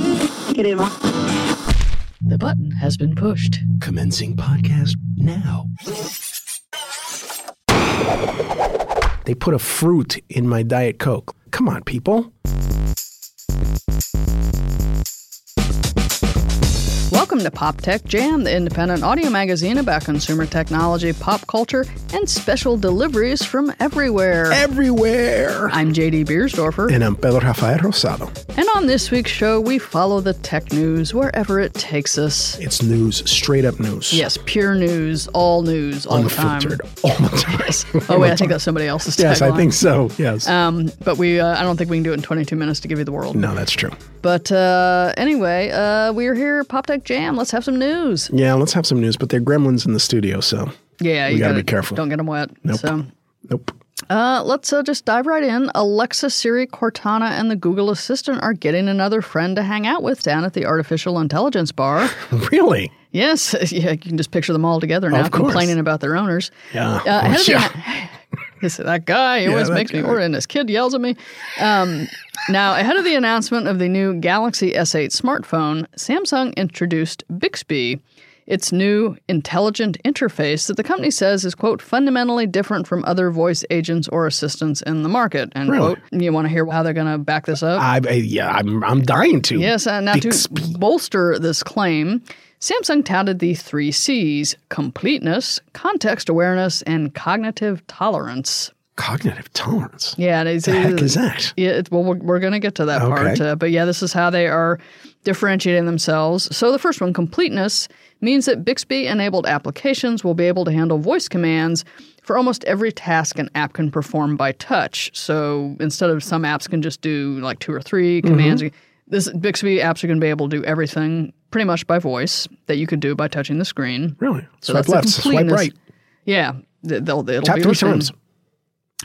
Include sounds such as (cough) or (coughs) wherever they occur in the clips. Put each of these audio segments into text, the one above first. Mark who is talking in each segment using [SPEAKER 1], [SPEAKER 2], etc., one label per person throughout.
[SPEAKER 1] negative.
[SPEAKER 2] The button has been pushed.
[SPEAKER 3] Commencing podcast now. They put a fruit in my Diet Coke. Come on, people.
[SPEAKER 2] Welcome to Pop Tech Jam, the independent audio magazine about consumer technology, pop culture, and special deliveries from everywhere.
[SPEAKER 3] Everywhere.
[SPEAKER 2] I'm JD Beersdorfer,
[SPEAKER 3] And I'm Pedro Rafael Rosado.
[SPEAKER 2] and on this week's show, we follow the tech news wherever it takes us.
[SPEAKER 3] It's news, straight up news.
[SPEAKER 2] Yes, pure news, all news, all
[SPEAKER 3] Unfiltered.
[SPEAKER 2] the time.
[SPEAKER 3] All the time.
[SPEAKER 2] Yes. (laughs) Oh, wait, I think that's somebody else's
[SPEAKER 3] (laughs) Yes, I
[SPEAKER 2] tagline.
[SPEAKER 3] think so. Yes.
[SPEAKER 2] Um, but we, uh, I don't think we can do it in 22 minutes to give you the world.
[SPEAKER 3] no, that's true.
[SPEAKER 2] But uh, anyway, uh, we're here at Pop Tech Jam. Let's have some news.
[SPEAKER 3] Yeah, let's have some news, but they're gremlins in the studio, so
[SPEAKER 2] Yeah,
[SPEAKER 3] We
[SPEAKER 2] you
[SPEAKER 3] gotta be careful.
[SPEAKER 2] Don't get them wet.
[SPEAKER 3] Nope.
[SPEAKER 2] So
[SPEAKER 3] nope. (laughs)
[SPEAKER 2] uh, let's uh, just dive right in. Alexa, Siri, Cortana, and the Google Assistant are getting another friend to hang out with down at the Artificial Intelligence Bar.
[SPEAKER 3] Really?
[SPEAKER 2] yes, (laughs) yeah, you can just picture them all together now,
[SPEAKER 3] Of course.
[SPEAKER 2] complaining about their owners.
[SPEAKER 3] Yeah.
[SPEAKER 2] Uh, ahead of the-
[SPEAKER 3] Yeah.
[SPEAKER 2] (laughs) This- that guy he always
[SPEAKER 3] that
[SPEAKER 2] makes me
[SPEAKER 3] guy.
[SPEAKER 2] order, and this kid yells at me. Um, now, ahead of the announcement of the new Galaxy S8 smartphone, Samsung introduced Bixby, its new intelligent interface that the company says is, quote, fundamentally different from other voice agents or assistants in the market, end
[SPEAKER 3] Really?
[SPEAKER 2] quote. You want to hear how they're going to back this up?
[SPEAKER 3] I, I, yeah, I'm, I'm dying to.
[SPEAKER 2] Yes, uh, now
[SPEAKER 3] Bixby.
[SPEAKER 2] to bolster this claim, Samsung touted the three C's completeness, context awareness, and cognitive tolerance.
[SPEAKER 3] Cognitive tolerance.
[SPEAKER 2] Yeah, and it's,
[SPEAKER 3] The heck is that?
[SPEAKER 2] yeah, it, well, we're, we're going to get to that part.
[SPEAKER 3] Okay.
[SPEAKER 2] Uh, but yeah, this is how they are differentiating themselves. So the first one, completeness, means that Bixby enabled applications will be able to handle voice commands for almost every task an app can perform by touch. So instead of some apps can just do like two or three
[SPEAKER 3] Mm-hmm.
[SPEAKER 2] commands, this Bixby apps are going to be able to do everything pretty much by voice that you could do by touching the screen.
[SPEAKER 3] Really?
[SPEAKER 2] So
[SPEAKER 3] swipe
[SPEAKER 2] that's the
[SPEAKER 3] left, swipe
[SPEAKER 2] completeness.
[SPEAKER 3] right.
[SPEAKER 2] Yeah, th- they'll, it'll
[SPEAKER 3] Tap
[SPEAKER 2] be
[SPEAKER 3] three
[SPEAKER 2] within-
[SPEAKER 3] times.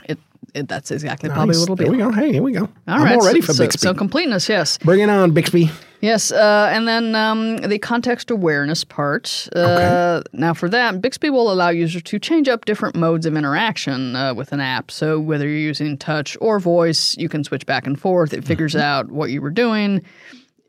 [SPEAKER 2] It, it, that's exactly probably
[SPEAKER 3] Nice.
[SPEAKER 2] what it'll be.
[SPEAKER 3] There we go. Hey, here we go.
[SPEAKER 2] All
[SPEAKER 3] I'm
[SPEAKER 2] right,
[SPEAKER 3] all ready
[SPEAKER 2] so,
[SPEAKER 3] for
[SPEAKER 2] so-
[SPEAKER 3] Bixby.
[SPEAKER 2] So completeness, yes,
[SPEAKER 3] Bring it on, Bixby.
[SPEAKER 2] yes, uh, and then um, the context awareness part. Uh,
[SPEAKER 3] Okay.
[SPEAKER 2] Now, for that, Bixby will allow users to change up different modes of interaction uh, with an app. So whether you're using touch or voice, you can switch back and forth. It figures
[SPEAKER 3] Mm-hmm.
[SPEAKER 2] out what you were doing.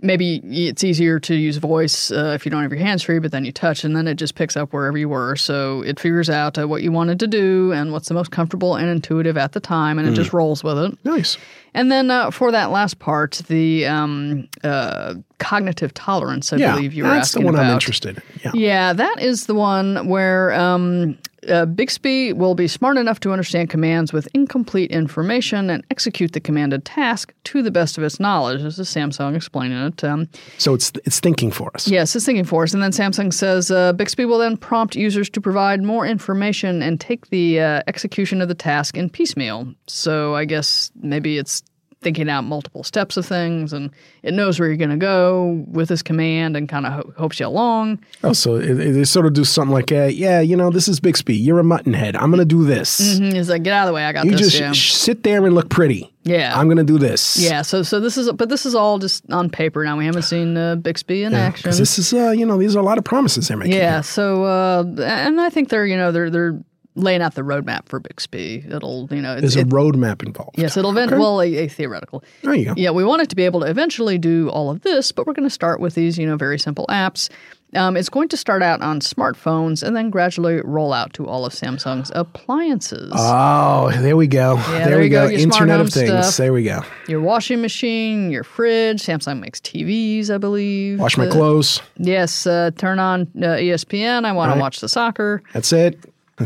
[SPEAKER 2] Maybe it's easier to use voice uh, if you don't have your hands free, but then you touch, and then it just picks up wherever you were. So it figures out uh, what you wanted to do and what's the most comfortable and intuitive at the time, and it
[SPEAKER 3] Mm.
[SPEAKER 2] just rolls with it.
[SPEAKER 3] Nice.
[SPEAKER 2] And then uh, for that last part, the um, uh, cognitive tolerance, I
[SPEAKER 3] Yeah,
[SPEAKER 2] believe you were
[SPEAKER 3] that's the
[SPEAKER 2] asking
[SPEAKER 3] one
[SPEAKER 2] about.
[SPEAKER 3] I'm interested in. Yeah.
[SPEAKER 2] Yeah, that is the one where um, uh, Bixby will be smart enough to understand commands with incomplete information and execute the commanded task to the best of its knowledge. This is Samsung explaining it. Um,
[SPEAKER 3] So it's it's thinking for us.
[SPEAKER 2] Yes, it's thinking for us. And then Samsung says uh, Bixby will then prompt users to provide more information and take the uh, execution of the task in piecemeal. So I guess maybe it's thinking out multiple steps of things and it knows where you're going to go with this command and kind of ho- hopes you along.
[SPEAKER 3] Oh, so it, it, they sort of do something like, uh, yeah, you know, this is Bixby. You're a muttonhead. I'm gonna do this.
[SPEAKER 2] Mhm, It's like, get out of the way. I got
[SPEAKER 3] You
[SPEAKER 2] this.
[SPEAKER 3] just
[SPEAKER 2] yeah.
[SPEAKER 3] sh- sit there and look pretty.
[SPEAKER 2] Yeah.
[SPEAKER 3] I'm gonna do this.
[SPEAKER 2] yeah. So, so this is, but this is all just on paper now. We haven't seen uh, Bixby in action.
[SPEAKER 3] 'Cause this is, uh, you know, these are a lot of promises they're making.
[SPEAKER 2] Yeah. So, uh, and I think they're you know they're they're laying out the roadmap for Bixby. It'll you know it's,
[SPEAKER 3] There's a
[SPEAKER 2] it,
[SPEAKER 3] roadmap involved.
[SPEAKER 2] yes it'll event
[SPEAKER 3] Okay.
[SPEAKER 2] well a, a theoretical.
[SPEAKER 3] There you go.
[SPEAKER 2] Yeah, we want it to be able to eventually do all of this, but we're going to start with these you know very simple apps. Um, it's going to start out on smartphones and then gradually roll out to all of Samsung's appliances.
[SPEAKER 3] Oh, there we go. there,
[SPEAKER 2] there
[SPEAKER 3] we
[SPEAKER 2] you go,
[SPEAKER 3] go.
[SPEAKER 2] your smart
[SPEAKER 3] Internet
[SPEAKER 2] home
[SPEAKER 3] of Things.
[SPEAKER 2] stuff.
[SPEAKER 3] There we go.
[SPEAKER 2] your washing machine, your fridge. Samsung makes TVs, I believe.
[SPEAKER 3] Wash my
[SPEAKER 2] Uh,
[SPEAKER 3] clothes.
[SPEAKER 2] Yes. Uh, turn on uh, ESPN. I want to
[SPEAKER 3] Right.
[SPEAKER 2] watch the soccer.
[SPEAKER 3] That's it.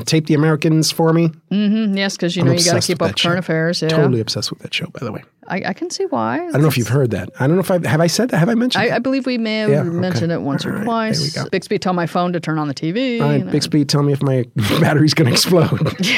[SPEAKER 3] Tape the Americans for me.
[SPEAKER 2] Mm, Yes, because you
[SPEAKER 3] I'm
[SPEAKER 2] know you got to
[SPEAKER 3] obsessed
[SPEAKER 2] keep
[SPEAKER 3] with
[SPEAKER 2] up
[SPEAKER 3] that
[SPEAKER 2] current
[SPEAKER 3] show.
[SPEAKER 2] affairs. Yeah.
[SPEAKER 3] Totally obsessed with that show, by the way.
[SPEAKER 2] I, I can see why.
[SPEAKER 3] I don't know if you've heard that. I don't know if I've have I said that. Have I mentioned?
[SPEAKER 2] I,
[SPEAKER 3] that?
[SPEAKER 2] I believe we may have
[SPEAKER 3] Yeah, okay.
[SPEAKER 2] mentioned it once
[SPEAKER 3] All
[SPEAKER 2] or
[SPEAKER 3] right, there
[SPEAKER 2] twice.
[SPEAKER 3] we go.
[SPEAKER 2] Bixby, tell my phone to turn on the TV.
[SPEAKER 3] All
[SPEAKER 2] you
[SPEAKER 3] right,
[SPEAKER 2] know.
[SPEAKER 3] Bixby, tell me if my (laughs) battery's going to explode.
[SPEAKER 2] (laughs)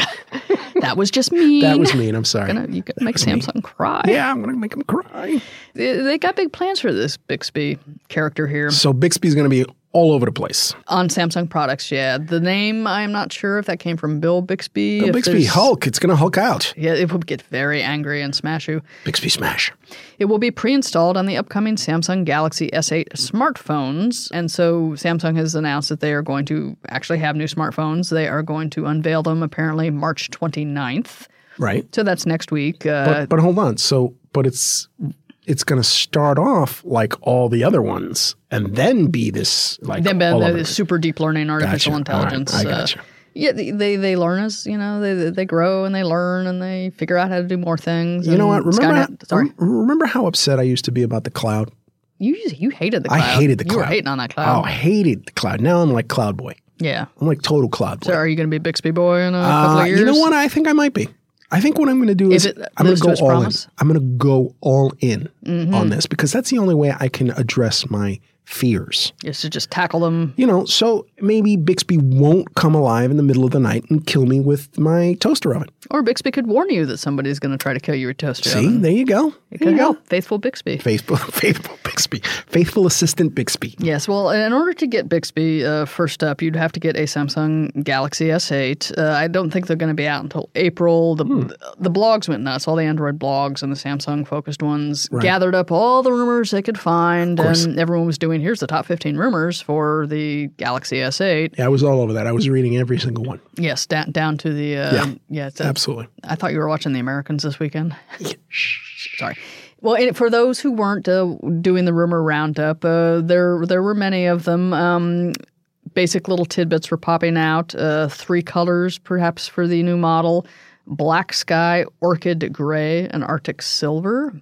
[SPEAKER 2] That was just mean.
[SPEAKER 3] that
[SPEAKER 2] (laughs)
[SPEAKER 3] was mean. I'm sorry.
[SPEAKER 2] Gonna- you could make Samsung cry.
[SPEAKER 3] yeah, I'm going to make him cry.
[SPEAKER 2] They, they got big plans for this Bixby character here
[SPEAKER 3] So Bixby's going to be all over the place.
[SPEAKER 2] on Samsung products. Yeah, the name I'm not sure if that came from Bill Bixby. if
[SPEAKER 3] Bixby
[SPEAKER 2] there's-
[SPEAKER 3] Hulk. It's going to Hulk out.
[SPEAKER 2] Yeah, it would get very angry and smash you.
[SPEAKER 3] Bixby smash.
[SPEAKER 2] It will be pre installed on the upcoming Samsung Galaxy S8 smartphones. And so Samsung has announced that they are going to actually have new smartphones. They are going to unveil them apparently March 29th.
[SPEAKER 3] Right.
[SPEAKER 2] So that's next week. Uh,
[SPEAKER 3] But, but hold on. So, but it's it's going to start off like all the other ones and then be this like
[SPEAKER 2] Then
[SPEAKER 3] all
[SPEAKER 2] the,
[SPEAKER 3] over.
[SPEAKER 2] the super deep learning
[SPEAKER 3] Gotcha.
[SPEAKER 2] artificial
[SPEAKER 3] All right,
[SPEAKER 2] intelligence.
[SPEAKER 3] I
[SPEAKER 2] uh,
[SPEAKER 3] gotcha.
[SPEAKER 2] yeah, they- they they learn as you know they they grow and they learn and they figure out how to do more things.
[SPEAKER 3] you know what?
[SPEAKER 2] and
[SPEAKER 3] Remember, how, um,
[SPEAKER 2] Skynet- sorry,
[SPEAKER 3] rem- remember how upset I used to be about the cloud?
[SPEAKER 2] you just- you hated the
[SPEAKER 3] I
[SPEAKER 2] cloud.
[SPEAKER 3] hated the
[SPEAKER 2] You were
[SPEAKER 3] cloud.
[SPEAKER 2] hating on that
[SPEAKER 3] Oh,
[SPEAKER 2] cloud.
[SPEAKER 3] I hated the cloud. Now I'm like cloud boy.
[SPEAKER 2] Yeah.
[SPEAKER 3] I'm like total cloud boy.
[SPEAKER 2] So are you going to be a Bixby boy in a couple
[SPEAKER 3] Uh,
[SPEAKER 2] of years?
[SPEAKER 3] you know what? I think I might be. I think what I'm going to do
[SPEAKER 2] If
[SPEAKER 3] is
[SPEAKER 2] it
[SPEAKER 3] I'm going
[SPEAKER 2] lives
[SPEAKER 3] to
[SPEAKER 2] to
[SPEAKER 3] go
[SPEAKER 2] its
[SPEAKER 3] all
[SPEAKER 2] promise? Mm-hmm.
[SPEAKER 3] in. I'm going to go all in on this because that's the only way I can address my fears.
[SPEAKER 2] Is to just tackle them.
[SPEAKER 3] You know, so maybe Bixby won't come alive in the middle of the night and kill me with my toaster oven.
[SPEAKER 2] Or Bixby could warn you that somebody's going to try to kill you with toaster
[SPEAKER 3] See,
[SPEAKER 2] oven.
[SPEAKER 3] there you go.
[SPEAKER 2] It
[SPEAKER 3] There
[SPEAKER 2] could
[SPEAKER 3] you go.
[SPEAKER 2] help. Faithful Bixby.
[SPEAKER 3] Faithful, (laughs) faithful Bixby, faithful assistant Bixby.
[SPEAKER 2] Yes, well, in order to get Bixby, uh, first up, you'd have to get a Samsung Galaxy S8. Uh, I don't think they're going to be out until April. The,
[SPEAKER 3] Hmm.
[SPEAKER 2] the blogs went nuts. All the Android blogs and the Samsung focused ones gathered up all the rumors they could find, and everyone was doing here's the top 15 rumors for the Galaxy S8.
[SPEAKER 3] Yeah, I was all over that. I was reading every single one.
[SPEAKER 2] Yes, da- down to the. Uh,
[SPEAKER 3] Yeah.
[SPEAKER 2] yeah it's-
[SPEAKER 3] Absolutely.
[SPEAKER 2] I thought you were watching The Americans this weekend. Sorry. Well, and for those who weren't uh, doing the rumor roundup, uh, there there were many of them. Um, basic little tidbits were popping out. Uh, three colors, perhaps, for the new model: black sky, orchid gray, and Arctic silver.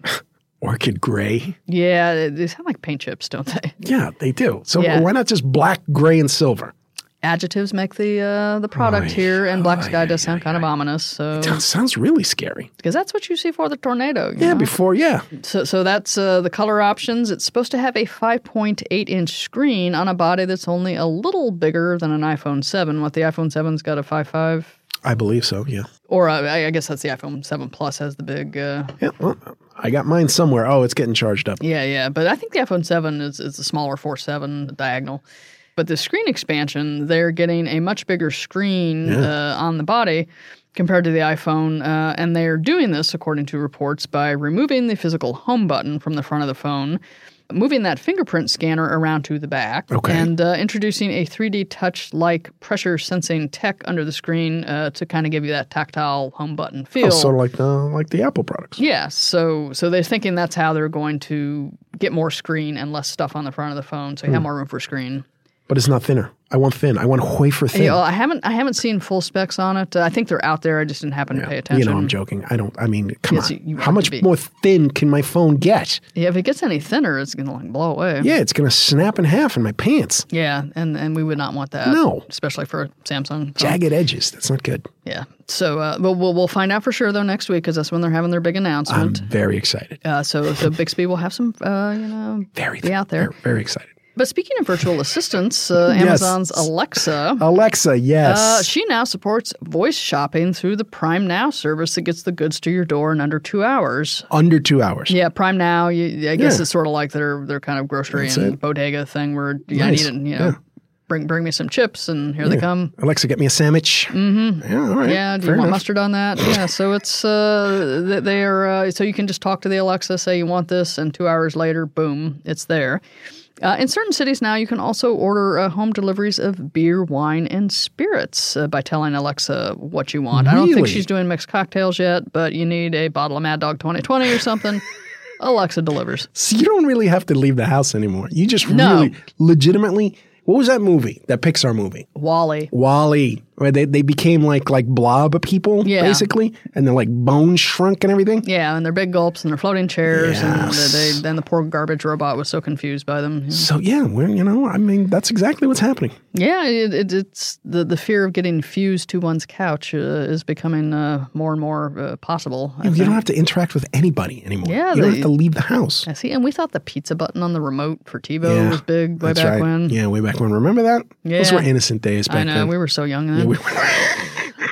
[SPEAKER 3] Orchid gray.
[SPEAKER 2] Yeah, they- they sound like paint chips, don't they?
[SPEAKER 3] Yeah, they do. So
[SPEAKER 2] Yeah.
[SPEAKER 3] why not just black, gray, and silver?
[SPEAKER 2] Adjectives make the uh, the product
[SPEAKER 3] Oy,
[SPEAKER 2] here, and black sky
[SPEAKER 3] oy,
[SPEAKER 2] does sound kind of ominous. So
[SPEAKER 3] That sounds really scary.
[SPEAKER 2] because that's what you see for the tornado. you
[SPEAKER 3] Yeah,
[SPEAKER 2] know?
[SPEAKER 3] before, yeah.
[SPEAKER 2] So, so that's uh, the color options. It's supposed to have a 5.8 inch screen on a body that's only a little bigger than an iPhone 7. What the iPhone 7's got a 5.5,
[SPEAKER 3] I believe so. Yeah.
[SPEAKER 2] or uh, I I guess that's the iPhone 7 Plus has the big. Uh,
[SPEAKER 3] Yeah. Well, I got mine somewhere. Oh, it's getting charged up.
[SPEAKER 2] yeah, yeah. But I think the iPhone 7 is, is the smaller 4.7 diagonal. But the screen expansion, they're getting a much bigger screen uh, on the body compared to the iPhone. Uh, and they're doing this, according to reports, by removing the physical home button from the front of the phone, moving that fingerprint scanner around to the back,
[SPEAKER 3] Okay.
[SPEAKER 2] and uh, introducing a 3D touch like pressure sensing tech under the screen uh, to kind of give you that tactile home button feel.
[SPEAKER 3] Oh, sort of like the like the Apple products.
[SPEAKER 2] Yeah, so so they're thinking that's how they're going to get more screen and less stuff on the front of the phone, so you
[SPEAKER 3] Hmm.
[SPEAKER 2] have more room for screen.
[SPEAKER 3] But it's not thinner. I want thin. I want wafer thin.
[SPEAKER 2] Yeah, well, I haven't I haven't seen full specs on it. I think they're out there. I just didn't happen to pay
[SPEAKER 3] you
[SPEAKER 2] attention.
[SPEAKER 3] know, I'm joking. I don't. I mean, come
[SPEAKER 2] Yes, you- you
[SPEAKER 3] on. How
[SPEAKER 2] have
[SPEAKER 3] much
[SPEAKER 2] to be.
[SPEAKER 3] more thin can my phone get?
[SPEAKER 2] yeah, if it gets any thinner, it's gonna like blow away.
[SPEAKER 3] Yeah, it's gonna snap in half in my pants.
[SPEAKER 2] Yeah, and and we would not want that.
[SPEAKER 3] No.
[SPEAKER 2] especially for a Samsung. phone.
[SPEAKER 3] Jagged edges. That's not good.
[SPEAKER 2] Yeah. So, uh, but we'll we'll find out for sure though next week because that's when they're having their big
[SPEAKER 3] I'm
[SPEAKER 2] announcement.
[SPEAKER 3] very excited.
[SPEAKER 2] uh, so so Bixby will have some uh, you know
[SPEAKER 3] Very
[SPEAKER 2] be
[SPEAKER 3] thin.
[SPEAKER 2] out there.
[SPEAKER 3] Very, very excited.
[SPEAKER 2] But speaking of virtual assistants, uh,
[SPEAKER 3] (laughs) Yes.
[SPEAKER 2] Amazon's Alexa.
[SPEAKER 3] Alexa, yes.
[SPEAKER 2] Uh, she now supports voice shopping through the Prime Now service that gets the goods to your door in under two hours.
[SPEAKER 3] Under two hours.
[SPEAKER 2] Yeah, Prime Now. You, I guess
[SPEAKER 3] Yeah.
[SPEAKER 2] it's sort of like their their kind of grocery
[SPEAKER 3] That's
[SPEAKER 2] and
[SPEAKER 3] it.
[SPEAKER 2] bodega thing where you
[SPEAKER 3] Nice.
[SPEAKER 2] need it. You know, bring bring me some chips, and here they come.
[SPEAKER 3] Alexa, get me a sandwich. Mm-hmm. Yeah, all right.
[SPEAKER 2] Yeah, do
[SPEAKER 3] Fair
[SPEAKER 2] you want
[SPEAKER 3] enough.
[SPEAKER 2] mustard on
[SPEAKER 3] (laughs)
[SPEAKER 2] that? Yeah, so it's uh, th- they are uh, so you can just talk to the Alexa, say you want this, and two hours later, boom, it's there. Uh, in certain cities now, you can also order uh, home deliveries of beer, wine, and spirits uh, by telling Alexa what you want. I don't think
[SPEAKER 3] Really?
[SPEAKER 2] she's doing mixed cocktails yet, but you need a bottle of Mad Dog 2020 or
[SPEAKER 3] (laughs)
[SPEAKER 2] something. Alexa delivers.
[SPEAKER 3] So you don't really have to leave the house anymore. You just
[SPEAKER 2] No.
[SPEAKER 3] really legitimately what was that movie? That Pixar movie.
[SPEAKER 2] Wally.
[SPEAKER 3] Wally. Where they, they became like like blob people,
[SPEAKER 2] Yeah.
[SPEAKER 3] basically. And they're like bone shrunk and everything.
[SPEAKER 2] Yeah, and their big gulps and their floating chairs, and
[SPEAKER 3] Yes.
[SPEAKER 2] they, they, then the poor garbage robot was so confused by them.
[SPEAKER 3] So yeah, we're you know, I mean that's exactly what's happening.
[SPEAKER 2] Yeah, it, it, it's the the fear of getting fused to one's couch uh, is becoming uh, more and more uh, possible. I,
[SPEAKER 3] You
[SPEAKER 2] think.
[SPEAKER 3] don't have to interact with anybody anymore.
[SPEAKER 2] Yeah,
[SPEAKER 3] you don't
[SPEAKER 2] they-
[SPEAKER 3] have to leave the house.
[SPEAKER 2] I see, and we thought the pizza button on the remote for TiVo
[SPEAKER 3] Yeah,
[SPEAKER 2] was big way
[SPEAKER 3] That's
[SPEAKER 2] back
[SPEAKER 3] right.
[SPEAKER 2] when.
[SPEAKER 3] Yeah, way back when. Remember that? Those
[SPEAKER 2] Yeah.
[SPEAKER 3] were innocent days back
[SPEAKER 2] I know
[SPEAKER 3] then.
[SPEAKER 2] we were so young then.
[SPEAKER 3] we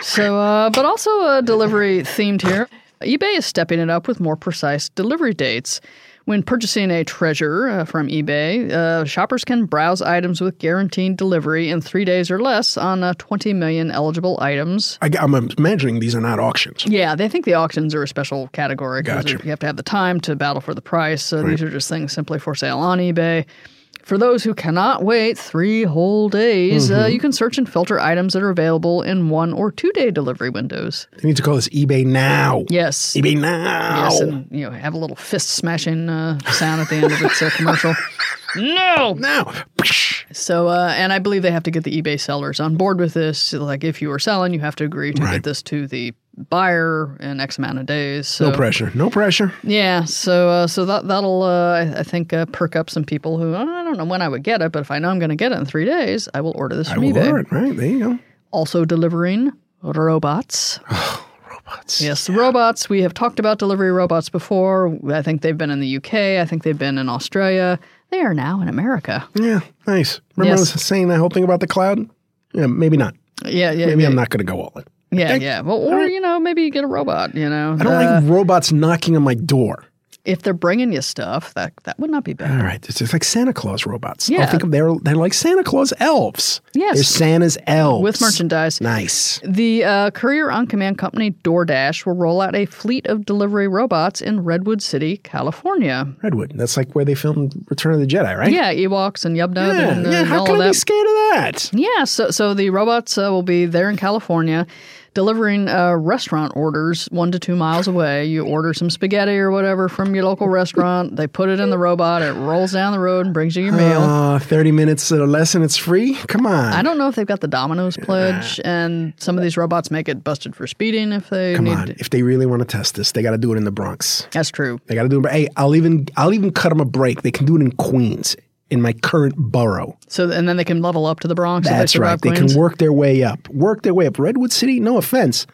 [SPEAKER 2] so, uh, but also uh, delivery themed here. eBay is stepping it up with more precise delivery dates. When purchasing a treasure uh, from eBay, uh, shoppers can browse items with guaranteed delivery in three days or less on uh, 20 million eligible items.
[SPEAKER 3] (laughs) I, am imagining these are not auctions.
[SPEAKER 2] Yeah, they think the auctions are a special category because
[SPEAKER 3] Gotcha.
[SPEAKER 2] you have to have the time to battle for the price. So these are just things simply for sale on eBay. For those who cannot wait three whole days,
[SPEAKER 3] Mm-hmm.
[SPEAKER 2] uh, you can search and filter items that are available in one or two day delivery windows.
[SPEAKER 3] They need to call this eBay now.
[SPEAKER 2] Yes.
[SPEAKER 3] eBay now.
[SPEAKER 2] Yes, and you know, have a little fist smashing uh, sound at the end of its uh, commercial. (laughs) No.
[SPEAKER 3] now. Psh.
[SPEAKER 2] So, uh, and I believe they have to get the eBay sellers on board with this. Like, if you are selling, you have to agree to
[SPEAKER 3] Right.
[SPEAKER 2] get this to the buyer in X amount of days. So,
[SPEAKER 3] No pressure. No pressure.
[SPEAKER 2] yeah. So, uh, so that that'll, uh, I, I think, uh, perk up some people who "Oh, I don't know when I would get it, but if I know I'm going to get it in three days, I will order this
[SPEAKER 3] I
[SPEAKER 2] from
[SPEAKER 3] will
[SPEAKER 2] eBay.
[SPEAKER 3] order it. Right there you go.
[SPEAKER 2] Also delivering
[SPEAKER 3] (sighs)
[SPEAKER 2] robots.
[SPEAKER 3] Oh, Robots.
[SPEAKER 2] Yes, the robots. We have talked about delivery robots before. I think they've been in the UK. I think they've been in Australia. They are now in America.
[SPEAKER 3] Yeah. Nice. Remember
[SPEAKER 2] Yes.
[SPEAKER 3] I was saying that whole thing about the cloud? Yeah. Maybe not.
[SPEAKER 2] Yeah, yeah,
[SPEAKER 3] Maybe
[SPEAKER 2] yeah,
[SPEAKER 3] I'm not going to go all in.
[SPEAKER 2] yeah, yeah. Well, or you know, maybe you get a robot. You know,
[SPEAKER 3] I don't
[SPEAKER 2] Uh,
[SPEAKER 3] like robots knocking on my door.
[SPEAKER 2] if they're bringing you stuff, that that would not be bad.
[SPEAKER 3] All right, it's just like Santa Claus robots.
[SPEAKER 2] Yeah.
[SPEAKER 3] I think of they're they're like Santa Claus elves.
[SPEAKER 2] Yes.
[SPEAKER 3] they're Santa's elves
[SPEAKER 2] With merchandise,
[SPEAKER 3] Nice.
[SPEAKER 2] the uh, courier on command company DoorDash will roll out a fleet of delivery robots in Redwood City, California.
[SPEAKER 3] Redwood. That's like where they filmed Return of the Jedi, right?
[SPEAKER 2] Yeah, Ewoks and Yub Nub
[SPEAKER 3] Yeah.
[SPEAKER 2] and, uh,
[SPEAKER 3] yeah,
[SPEAKER 2] and
[SPEAKER 3] How
[SPEAKER 2] all
[SPEAKER 3] can
[SPEAKER 2] of
[SPEAKER 3] I be
[SPEAKER 2] that.
[SPEAKER 3] scared of that?
[SPEAKER 2] Yeah, so so the robots uh, will be there in California, delivering uh, restaurant orders one to two miles away. You order some spaghetti or whatever from your local restaurant. They put it in the robot. It rolls down the road and brings you your meal.
[SPEAKER 3] Uh, 30 minutes at a lesson, it's free? Come on.
[SPEAKER 2] I don't know if they've got the Domino's pledge, and some of these robots may get busted for speeding if they
[SPEAKER 3] Come
[SPEAKER 2] need.
[SPEAKER 3] on. If they really want to test this, they got to do it in the Bronx.
[SPEAKER 2] That's true.
[SPEAKER 3] They got to do it. Hey, I'll even I'll even cut them a break. They can do it in Queens, in my current borough.
[SPEAKER 2] So and then they can level up to the Bronx. if
[SPEAKER 3] That's
[SPEAKER 2] they
[SPEAKER 3] right.
[SPEAKER 2] survive
[SPEAKER 3] They can
[SPEAKER 2] Queens.
[SPEAKER 3] work their way up. Work their way up. Redwood City. No offense.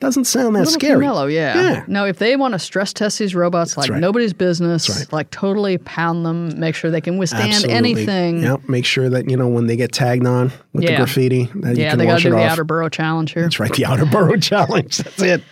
[SPEAKER 3] Doesn't sound that
[SPEAKER 2] Little
[SPEAKER 3] scary.
[SPEAKER 2] Yellow, yeah.
[SPEAKER 3] Yeah.
[SPEAKER 2] No, if they want to stress test these robots like
[SPEAKER 3] right.
[SPEAKER 2] nobody's business,
[SPEAKER 3] right.
[SPEAKER 2] like totally pound them, make sure they can withstand anything.
[SPEAKER 3] Yep. Make sure that you know when they get tagged on with
[SPEAKER 2] Yeah.
[SPEAKER 3] the graffiti that you
[SPEAKER 2] Yeah,
[SPEAKER 3] can
[SPEAKER 2] they got to
[SPEAKER 3] wash
[SPEAKER 2] do
[SPEAKER 3] it
[SPEAKER 2] the
[SPEAKER 3] off.
[SPEAKER 2] outer borough challenge here.
[SPEAKER 3] That's right, the outer borough (laughs) challenge. That's it.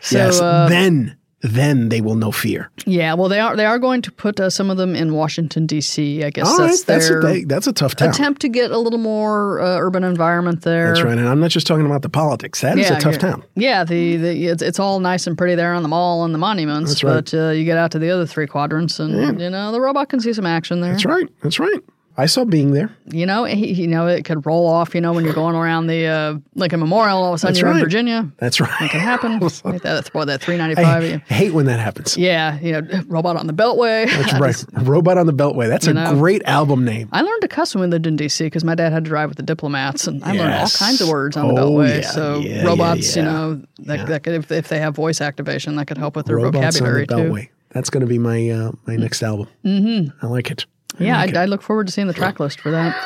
[SPEAKER 2] So,
[SPEAKER 3] yes.
[SPEAKER 2] uh,
[SPEAKER 3] then, then they will know fear.
[SPEAKER 2] Yeah, well, they are they are going to put uh, some of them in Washington D.C. I guess
[SPEAKER 3] All right,
[SPEAKER 2] that's
[SPEAKER 3] that's a
[SPEAKER 2] their
[SPEAKER 3] they- that's a tough town.
[SPEAKER 2] attempt to get a little more uh, urban environment there.
[SPEAKER 3] That's right, and I'm not just talking about the politics. That is
[SPEAKER 2] Yeah,
[SPEAKER 3] a tough
[SPEAKER 2] yeah.
[SPEAKER 3] town.
[SPEAKER 2] Yeah, the, the it's, it's all nice and pretty there on the mall and the monuments,
[SPEAKER 3] That's right.
[SPEAKER 2] but uh, you get out to the other three quadrants, and you know the robot can see some action there.
[SPEAKER 3] That's right. That's right. I saw being there.
[SPEAKER 2] You know, he, you know it could roll off. You know when you're going around the uh, Lincoln Memorial, all of a sudden
[SPEAKER 3] That's
[SPEAKER 2] you're in
[SPEAKER 3] right.
[SPEAKER 2] Virginia.
[SPEAKER 3] That's right.
[SPEAKER 2] It
[SPEAKER 3] (laughs)
[SPEAKER 2] happened. Like that, boy, that three ninety
[SPEAKER 3] I
[SPEAKER 2] five.
[SPEAKER 3] hate when that happens.
[SPEAKER 2] Yeah, you know, robot on the beltway.
[SPEAKER 3] That's right. Robot on the Beltway. That's a
[SPEAKER 2] know.
[SPEAKER 3] great album name.
[SPEAKER 2] (laughs) I learned to cuss when we lived in DC because my dad had to drive with the diplomats, and I learned all
[SPEAKER 3] Yes.
[SPEAKER 2] kinds of words on the
[SPEAKER 3] Oh,
[SPEAKER 2] Beltway.
[SPEAKER 3] yeah,
[SPEAKER 2] so
[SPEAKER 3] yeah, yeah,
[SPEAKER 2] robots,
[SPEAKER 3] yeah.
[SPEAKER 2] you know, that, that could if, if they have voice activation, that could help with their
[SPEAKER 3] Robots on the
[SPEAKER 2] vocabulary too.
[SPEAKER 3] Beltway. That's going to be my uh, my next album. Mm-hmm. I like it.
[SPEAKER 2] Yeah, I, I look forward to seeing the track list for that.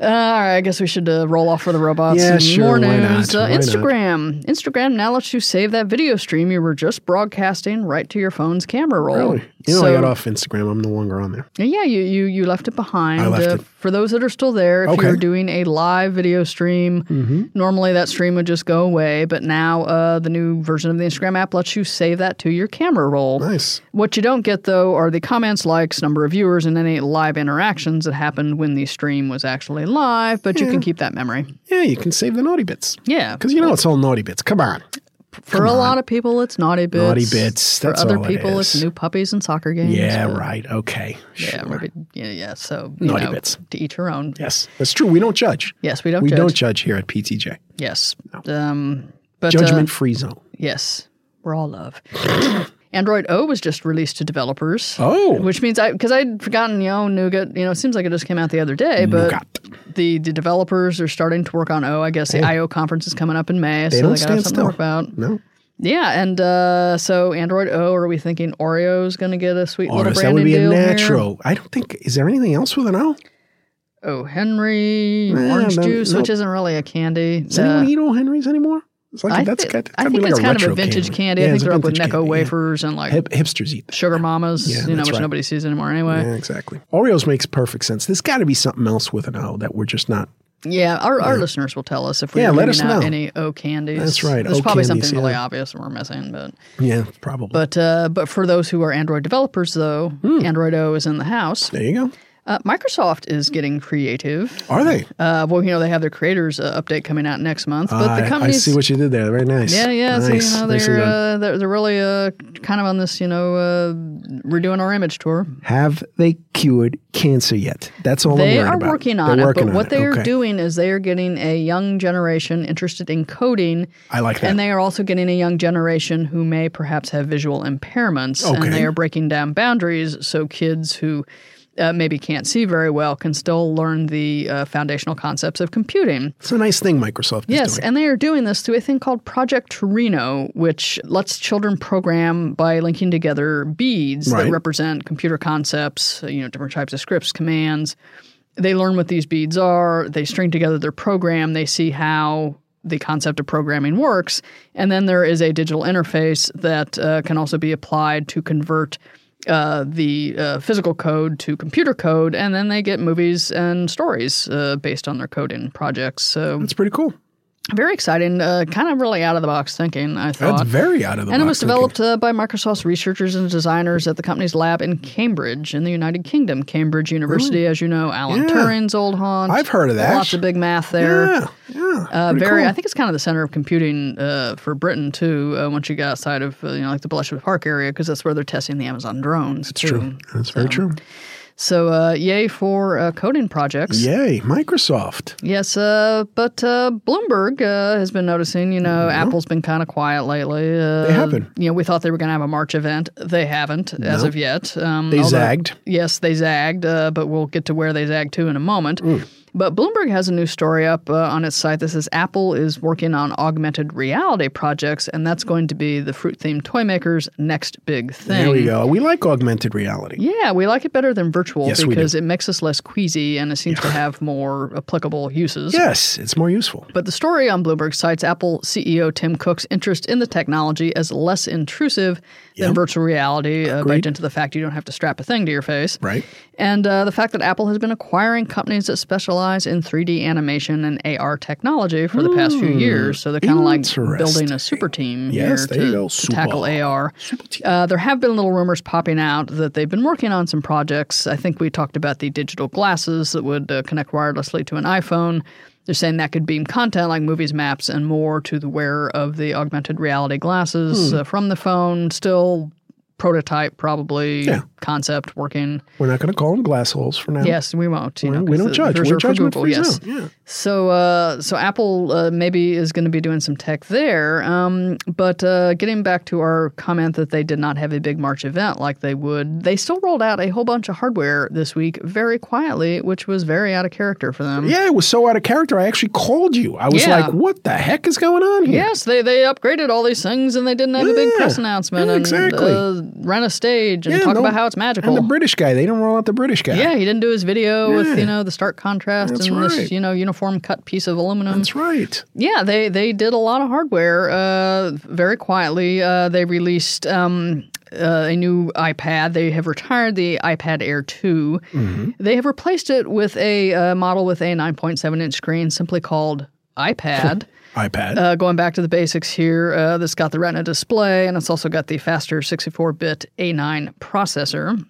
[SPEAKER 2] Uh, all right, I guess we should uh, roll off for the robots.
[SPEAKER 3] Yeah,
[SPEAKER 2] and
[SPEAKER 3] sure,
[SPEAKER 2] More
[SPEAKER 3] why
[SPEAKER 2] news.
[SPEAKER 3] not?
[SPEAKER 2] Uh,
[SPEAKER 3] Why not?
[SPEAKER 2] Instagram. Instagram now lets you save that video stream you were just broadcasting right to your phone's camera roll.
[SPEAKER 3] Really? You know,
[SPEAKER 2] So-
[SPEAKER 3] I got off Instagram. I'm no longer on there.
[SPEAKER 2] Yeah, you you you left it behind. Uh,
[SPEAKER 3] I left it.
[SPEAKER 2] For those that are still there, if
[SPEAKER 3] Okay. Mm-hmm.
[SPEAKER 2] you're doing a live video stream, normally that stream would just go away. But now uh, the new version of the Instagram app lets you save that to your camera roll.
[SPEAKER 3] Nice.
[SPEAKER 2] What you don't get though are the comments, likes, number of viewers, and any live interactions that happened when the stream was actually live. But you can keep that memory.
[SPEAKER 3] Yeah, you can save the naughty bits.
[SPEAKER 2] Yeah,
[SPEAKER 3] Because you know it's all naughty bits. Come on.
[SPEAKER 2] for a lot of people, it's naughty bits.
[SPEAKER 3] Naughty Bits,
[SPEAKER 2] For
[SPEAKER 3] that's
[SPEAKER 2] other
[SPEAKER 3] all it
[SPEAKER 2] people,
[SPEAKER 3] is.
[SPEAKER 2] it's new puppies and soccer games.
[SPEAKER 3] Yeah,
[SPEAKER 2] but-
[SPEAKER 3] right. Okay.
[SPEAKER 2] Yeah,
[SPEAKER 3] Sure.
[SPEAKER 2] maybe- yeah, yeah. So you
[SPEAKER 3] Naughty
[SPEAKER 2] know,
[SPEAKER 3] bits.
[SPEAKER 2] to each your own.
[SPEAKER 3] Yes. That's true. We don't judge.
[SPEAKER 2] Yes, we don't
[SPEAKER 3] we
[SPEAKER 2] judge.
[SPEAKER 3] don't judge here at PTJ.
[SPEAKER 2] Yes. Um, but
[SPEAKER 3] Judgment
[SPEAKER 2] Uh,
[SPEAKER 3] free zone.
[SPEAKER 2] yes, we're all love. (coughs) Android O was just released to developers.
[SPEAKER 3] Oh.
[SPEAKER 2] Which means I, because I'd forgotten, you know, Nougat, you know, it seems like it just came out the other day, but
[SPEAKER 3] Nougat.
[SPEAKER 2] the, the developers are starting to work on O. I guess the I/O conference is coming up in May, so
[SPEAKER 3] Oh. don't
[SPEAKER 2] they got something
[SPEAKER 3] stand
[SPEAKER 2] to
[SPEAKER 3] still.
[SPEAKER 2] work about.
[SPEAKER 3] No.
[SPEAKER 2] Yeah, and uh, so Android O, are we thinking Oreo's going to get a sweet
[SPEAKER 3] Or
[SPEAKER 2] little
[SPEAKER 3] is
[SPEAKER 2] branding
[SPEAKER 3] Oh, that would be a
[SPEAKER 2] deal here?
[SPEAKER 3] natural. I don't think. Is there anything else with an O?
[SPEAKER 2] Oh, Henry, orange
[SPEAKER 3] no,
[SPEAKER 2] juice,
[SPEAKER 3] no.
[SPEAKER 2] which isn't really a candy. Uh,
[SPEAKER 3] Does anyone eat O. Henry's anymore? It's like,
[SPEAKER 2] I,
[SPEAKER 3] that's
[SPEAKER 2] thi-
[SPEAKER 3] got- that's
[SPEAKER 2] I
[SPEAKER 3] gotta be
[SPEAKER 2] think
[SPEAKER 3] like
[SPEAKER 2] it's kind of a
[SPEAKER 3] retro
[SPEAKER 2] vintage candy.
[SPEAKER 3] Yeah,
[SPEAKER 2] I think
[SPEAKER 3] it's a
[SPEAKER 2] they're up with
[SPEAKER 3] vintage
[SPEAKER 2] Necco
[SPEAKER 3] candy, yeah.
[SPEAKER 2] wafers and like
[SPEAKER 3] Hip, hipsters eat that.
[SPEAKER 2] sugar mamas,
[SPEAKER 3] Yeah,
[SPEAKER 2] you know,
[SPEAKER 3] that's
[SPEAKER 2] which
[SPEAKER 3] right.
[SPEAKER 2] nobody sees anymore anyway.
[SPEAKER 3] Yeah, exactly. Oreos makes perfect sense. There's got to be something else with an O that we're just not.
[SPEAKER 2] Yeah, our, our listeners will tell us if we're
[SPEAKER 3] Yeah, let us
[SPEAKER 2] leaving out
[SPEAKER 3] know.
[SPEAKER 2] any O candies.
[SPEAKER 3] That's right,
[SPEAKER 2] There's
[SPEAKER 3] O
[SPEAKER 2] probably
[SPEAKER 3] candies,
[SPEAKER 2] something really
[SPEAKER 3] yeah.
[SPEAKER 2] obvious we're missing, but
[SPEAKER 3] Yeah, probably. Hmm.
[SPEAKER 2] but uh, but for those who are Android developers though, Android O is in the house.
[SPEAKER 3] there you go.
[SPEAKER 2] Uh, Microsoft is getting creative.
[SPEAKER 3] Are they?
[SPEAKER 2] Uh, well, you know they have their creators uh, update coming out next month, but
[SPEAKER 3] I-
[SPEAKER 2] the
[SPEAKER 3] I
[SPEAKER 2] companies.
[SPEAKER 3] see what you did there. Very nice.
[SPEAKER 2] yeah, yeah. So
[SPEAKER 3] Nice.
[SPEAKER 2] you know
[SPEAKER 3] Nicely
[SPEAKER 2] they're,
[SPEAKER 3] done.
[SPEAKER 2] uh, they're they're really uh, kind of on this. You know, uh, we're doing our image tour.
[SPEAKER 3] Have they cured cancer yet? That's all
[SPEAKER 2] They
[SPEAKER 3] I'm worried
[SPEAKER 2] are
[SPEAKER 3] about.
[SPEAKER 2] working on
[SPEAKER 3] They're
[SPEAKER 2] it,
[SPEAKER 3] working
[SPEAKER 2] but
[SPEAKER 3] on
[SPEAKER 2] what
[SPEAKER 3] it.
[SPEAKER 2] they are
[SPEAKER 3] Okay.
[SPEAKER 2] doing is they are getting a young generation interested in coding,
[SPEAKER 3] I like that.
[SPEAKER 2] and they are also getting a young generation who may perhaps have visual impairments,
[SPEAKER 3] Okay.
[SPEAKER 2] and they are breaking down boundaries so kids who uh, maybe can't see very well can still learn the uh, foundational concepts of computing.
[SPEAKER 3] it's a nice thing Microsoft is
[SPEAKER 2] Yes,
[SPEAKER 3] doing.
[SPEAKER 2] and they are doing this through a thing called Project Torino, which lets children program by linking together beads
[SPEAKER 3] Right.
[SPEAKER 2] that represent computer concepts, you know, different types of scripts, commands. They learn what these beads are, they string together their program, they see how the concept of programming works, and then there is a digital interface that uh, can also be applied to convert uh, the uh, physical code to computer code, and then they get movies and stories uh, based on their coding projects. So
[SPEAKER 3] That's pretty cool.
[SPEAKER 2] very exciting, uh, kind of really out of the box thinking, I
[SPEAKER 3] That's
[SPEAKER 2] thought.
[SPEAKER 3] very out of the
[SPEAKER 2] And it
[SPEAKER 3] box
[SPEAKER 2] was
[SPEAKER 3] thinking.
[SPEAKER 2] developed uh, by Microsoft's researchers and designers at the company's lab in Cambridge, in the United Kingdom. Cambridge University, as you know, Alan
[SPEAKER 3] Yeah.
[SPEAKER 2] Turing's old haunt.
[SPEAKER 3] I've heard of that.
[SPEAKER 2] Lots of big math there.
[SPEAKER 3] Yeah, yeah.
[SPEAKER 2] Uh,
[SPEAKER 3] Pretty
[SPEAKER 2] very,
[SPEAKER 3] cool.
[SPEAKER 2] I think it's kind of the center of computing uh, for Britain too. Uh, once you get outside of uh, you know like the Bletchley Park area, because that's where they're testing the Amazon drones.
[SPEAKER 3] It's true. That's very true.
[SPEAKER 2] So, uh, yay for uh, coding projects.
[SPEAKER 3] Yay, Microsoft.
[SPEAKER 2] Yes, uh, but uh, Bloomberg uh, has been noticing. You know, Apple's been kind of quiet lately. Uh,
[SPEAKER 3] Mm-hmm. They haven't.
[SPEAKER 2] You know, we thought they were going to have a March event. They haven't as
[SPEAKER 3] No.
[SPEAKER 2] of yet. Um,
[SPEAKER 3] They
[SPEAKER 2] although-
[SPEAKER 3] zagged.
[SPEAKER 2] Yes, they zagged, uh, but we'll get to where they zagged to in a moment.
[SPEAKER 3] Mm.
[SPEAKER 2] But Bloomberg has a new story up uh, on its site that says Apple is working on augmented reality projects, and that's going to be the fruit themed toy maker's next big thing.
[SPEAKER 3] There we go. We like augmented reality.
[SPEAKER 2] Yeah, we like it better than virtual
[SPEAKER 3] Yes, we do.
[SPEAKER 2] because it makes us less queasy and it seems to have more applicable uses.
[SPEAKER 3] Yes, it's more useful.
[SPEAKER 2] But the story on Bloomberg cites Apple CEO Tim Cook's interest in the technology as less intrusive than virtual reality, uh,
[SPEAKER 3] Agreed.
[SPEAKER 2] baked into the fact you don't have to strap a thing to your face.
[SPEAKER 3] Right.
[SPEAKER 2] And uh, the fact that Apple has been acquiring companies that specialize in 3D animation and AR technology for the past few years. So they're kind of like building a super team here
[SPEAKER 3] Yes, there
[SPEAKER 2] to,
[SPEAKER 3] you go.
[SPEAKER 2] to
[SPEAKER 3] Super.
[SPEAKER 2] tackle AR. Uh, there have been little rumors popping out that they've been working on some projects. I think we talked about the digital glasses that would uh, connect wirelessly to an iPhone. They're saying that could beam content like movies, maps, and more to the wearer of the augmented reality glasses
[SPEAKER 3] Hmm.
[SPEAKER 2] uh, from the phone. Still prototype, probably
[SPEAKER 3] Yeah.
[SPEAKER 2] concept working.
[SPEAKER 3] We're not going to call them glass holes for now.
[SPEAKER 2] Yes, we won't. You know,
[SPEAKER 3] We
[SPEAKER 2] 'cause
[SPEAKER 3] don't
[SPEAKER 2] the-
[SPEAKER 3] judge.
[SPEAKER 2] the
[SPEAKER 3] We're
[SPEAKER 2] reserved for
[SPEAKER 3] judgment
[SPEAKER 2] Google,
[SPEAKER 3] free
[SPEAKER 2] yes.
[SPEAKER 3] zone. Yeah.
[SPEAKER 2] So, uh, so Apple uh, maybe is going to be doing some tech there. Um, but uh, getting back to our comment that they did not have a big March event like they would, they still rolled out a whole bunch of hardware this week very quietly, which was very out of character for them.
[SPEAKER 3] Yeah, it was so out of character. I actually called you. I was
[SPEAKER 2] Mm. Yeah.
[SPEAKER 3] like, what the heck is going on here?
[SPEAKER 2] Yes, they, they upgraded all these things and they didn't have a big
[SPEAKER 3] Yeah.
[SPEAKER 2] press announcement
[SPEAKER 3] Yeah,
[SPEAKER 2] and
[SPEAKER 3] exactly.
[SPEAKER 2] uh, ran a stage and
[SPEAKER 3] Yeah,
[SPEAKER 2] talk
[SPEAKER 3] no-
[SPEAKER 2] about how it's magical.
[SPEAKER 3] And the British guy, they don't roll out the British guy.
[SPEAKER 2] yeah, he didn't do his video with
[SPEAKER 3] Yeah.
[SPEAKER 2] you know the stark contrast
[SPEAKER 3] That's
[SPEAKER 2] and
[SPEAKER 3] right.
[SPEAKER 2] this you know uniform cut piece of aluminum.
[SPEAKER 3] That's right.
[SPEAKER 2] Yeah, they they did a lot of hardware uh, very quietly. Uh, they released um, uh, a new iPad. They have retired the iPad Air 2. They have replaced it with a uh, model with a 9.7 inch screen, simply called iPad.
[SPEAKER 3] iPad.
[SPEAKER 2] Uh, going back to the basics here, uh, this got the Retina display, and it's also got the faster 64-bit A9 processor.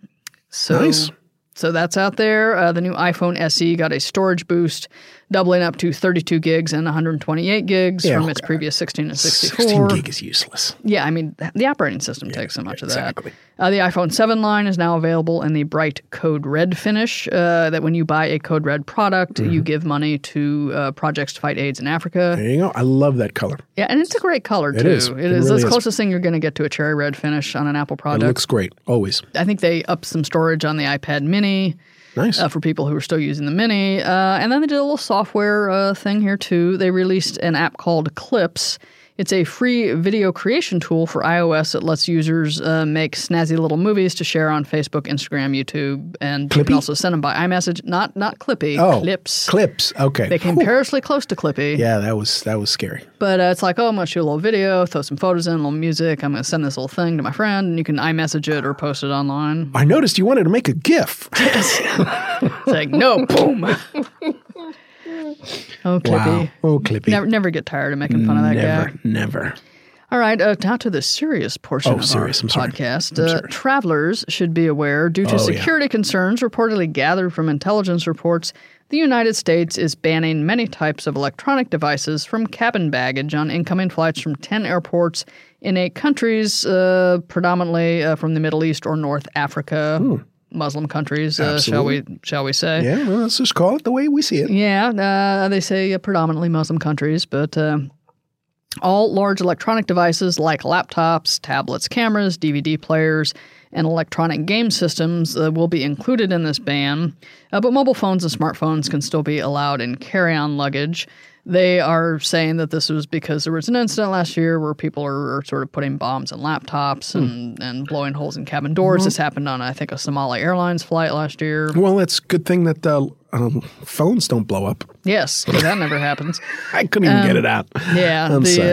[SPEAKER 2] So,
[SPEAKER 3] Nice.
[SPEAKER 2] So that's out there. Uh, the new iPhone SE got a storage boost, doubling up to 32 gigs and 128 gigs
[SPEAKER 3] Yeah,
[SPEAKER 2] from
[SPEAKER 3] oh
[SPEAKER 2] its
[SPEAKER 3] God.
[SPEAKER 2] previous 16 and 64.
[SPEAKER 3] 16 gig is useless.
[SPEAKER 2] Yeah, I mean th- the operating system takes so much of that.
[SPEAKER 3] exactly.
[SPEAKER 2] Uh, the iPhone 7 line is now available in the bright code red finish. Uh, that when you buy a code red product, you give money to uh, projects to fight AIDS in Africa.
[SPEAKER 3] Mm-hmm. There you go. I love that color.
[SPEAKER 2] Yeah, and it's a great color too.
[SPEAKER 3] is.
[SPEAKER 2] It
[SPEAKER 3] It
[SPEAKER 2] is
[SPEAKER 3] really
[SPEAKER 2] the
[SPEAKER 3] is.
[SPEAKER 2] closest thing you're going to get to a cherry red finish on an Apple
[SPEAKER 3] It
[SPEAKER 2] product.
[SPEAKER 3] looks great. Always.
[SPEAKER 2] I think they upped some storage on the iPad Mini
[SPEAKER 3] Nice.
[SPEAKER 2] uh, for people who are still using the Mini, uh, and then they did a little software uh, thing here too. They released an app called Clips. It's a free video creation tool for iOS that lets users uh, make snazzy little movies to share on Facebook, Instagram, YouTube, and you
[SPEAKER 3] Clippy?
[SPEAKER 2] can also send them by iMessage. Not not Clippy,
[SPEAKER 3] oh,
[SPEAKER 2] Clips.
[SPEAKER 3] Clips. Okay.
[SPEAKER 2] they came
[SPEAKER 3] Whew.
[SPEAKER 2] perilously close to Clippy.
[SPEAKER 3] Yeah, that was that was scary.
[SPEAKER 2] But uh, it's like, oh, I'm going to shoot a little video, throw some photos in, a little music. I'm going to send this little thing to my friend, and you can iMessage it or post it online.
[SPEAKER 3] I noticed you wanted to make a GIF.
[SPEAKER 2] It's like, no, boom. (laughs) oh, Clippy.
[SPEAKER 3] Wow. Oh, Clippy.
[SPEAKER 2] Never, never get tired of making fun of that
[SPEAKER 3] never,
[SPEAKER 2] guy.
[SPEAKER 3] never.
[SPEAKER 2] All right, uh, now to the serious portion
[SPEAKER 3] Oh,
[SPEAKER 2] of
[SPEAKER 3] serious,
[SPEAKER 2] our
[SPEAKER 3] I'm sorry.
[SPEAKER 2] podcast.
[SPEAKER 3] I'm
[SPEAKER 2] uh,
[SPEAKER 3] sorry.
[SPEAKER 2] Travelers should be aware, due to
[SPEAKER 3] Oh, yeah.
[SPEAKER 2] security concerns reportedly gathered from intelligence reports, the United States is banning many types of electronic devices from cabin baggage on incoming flights from 10 airports in eight countries, uh, predominantly uh, from the Middle East or North Africa, Muslim countries, uh, shall we shall we say?
[SPEAKER 3] Yeah, well, let's just call it the way we see it.
[SPEAKER 2] Yeah, uh, they say uh, predominantly Muslim countries, but uh, all large electronic devices like laptops, tablets, cameras, DVD players, and electronic game systems uh, will be included in this ban. Uh, but mobile phones and smartphones can still be allowed in carry on luggage. They are saying that this was because there was an incident last year where people are, are sort of putting bombs in laptops and, and blowing holes in cabin doors. This happened on, I think, a Somali Airlines flight last year.
[SPEAKER 3] Well, it's a good thing that uh, um, phones don't blow up.
[SPEAKER 2] Yes, 'cause that never happens.
[SPEAKER 3] I couldn't even get it out.
[SPEAKER 2] Um, Yeah,
[SPEAKER 3] I'm
[SPEAKER 2] the,
[SPEAKER 3] sorry.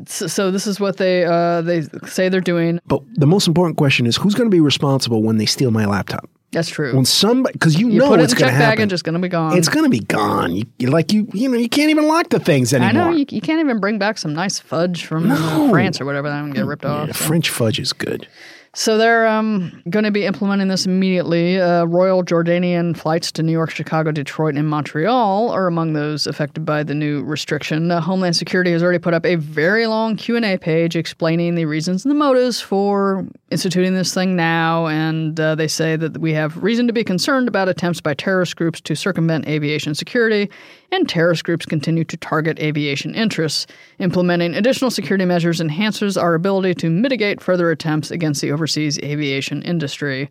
[SPEAKER 2] Uh, so, so this is what they uh, they say they're doing.
[SPEAKER 3] But the most important question is who's going to be responsible when they steal my laptop?
[SPEAKER 2] That's true.
[SPEAKER 3] When somebody, because you,
[SPEAKER 2] you
[SPEAKER 3] know
[SPEAKER 2] put it in
[SPEAKER 3] it's
[SPEAKER 2] a
[SPEAKER 3] going
[SPEAKER 2] check
[SPEAKER 3] to
[SPEAKER 2] bag
[SPEAKER 3] happen.
[SPEAKER 2] and just gonna be gone.
[SPEAKER 3] it's going to be gone. You, you- like you, you know, you can't even lock the things
[SPEAKER 2] I
[SPEAKER 3] anymore.
[SPEAKER 2] know you, you can't even bring back some nice fudge from uh, France or whatever. That would get ripped off.
[SPEAKER 3] Yeah, French fudge is good.
[SPEAKER 2] So they're um, going to be implementing this immediately. Uh, Royal Jordanian flights to New York, Chicago, Detroit, and Montreal are among those affected by the new restriction. Uh, Homeland Security has already put up a very long Q and A page explaining the reasons and the motives for instituting this thing now, and uh, they say that we have reason to be concerned about attempts by terrorist groups to circumvent aviation security, and terrorist groups continue to target aviation interests. Implementing additional security measures enhances our ability to mitigate further attempts against the overseas aviation industry.